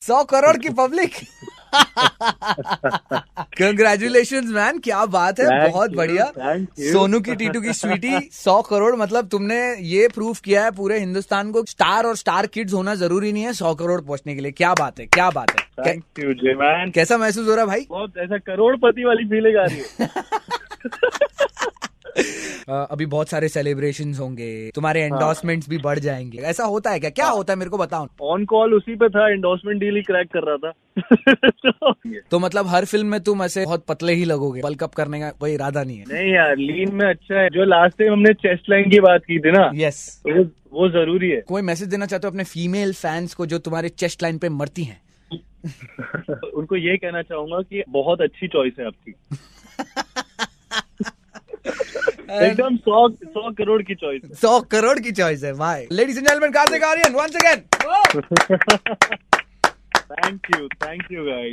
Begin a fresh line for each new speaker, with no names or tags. सौ करोड़ की public congratulation man क्या बात है
Thank
बहुत
you,
बढ़िया
thank you.
सोनू की टीटू की स्वीटी सौ करोड़ मतलब तुमने ये प्रूफ किया है पूरे हिंदुस्तान को स्टार और स्टार किड्स होना जरूरी नहीं है सौ करोड़ पहुंचने के लिए क्या बात है क्या बात है कै-
थैंक यू जी मैन
कैसा महसूस हो रहा है भाई
बहुत ऐसा करोड़पति वाली फीलिंग आ रही है
अ, अभी बहुत सारे सेलिब्रेशन होंगे
हाँ।
तुम्हारे एंडोर्समेंट्स भी बढ़ जाएंगे ऐसा होता है क्या क्या होता है मेरे को बताओ
ऑन कॉल उसी पे था एंडोर्समेंट डील ही क्रैक कर रहा था तो
तो मतलब हर फिल्म में तुम ऐसे बहुत पतले ही लगोगे बल्क अप करने का कोई इरादा नहीं है
नहीं यार लीन में अच्छा है जो लास्ट टाइम हमने चेस्ट लाइन की बात की थी ना
यस
तो वो वो जरूरी है
कोई मैसेज देना चाहते हो अपने फीमेल फैंस को जो तुम्हारे चेस्ट लाइन पे मरती हैं
उनको ये कहना चाहूंगा कि बहुत अच्छी चॉइस है आपकी एकदम सौ सौ करोड़ की चॉइस है
सौ करोड़ की चॉइस है भाई ladies and gentleman Kartik Aaryan once again
thank you thank you guys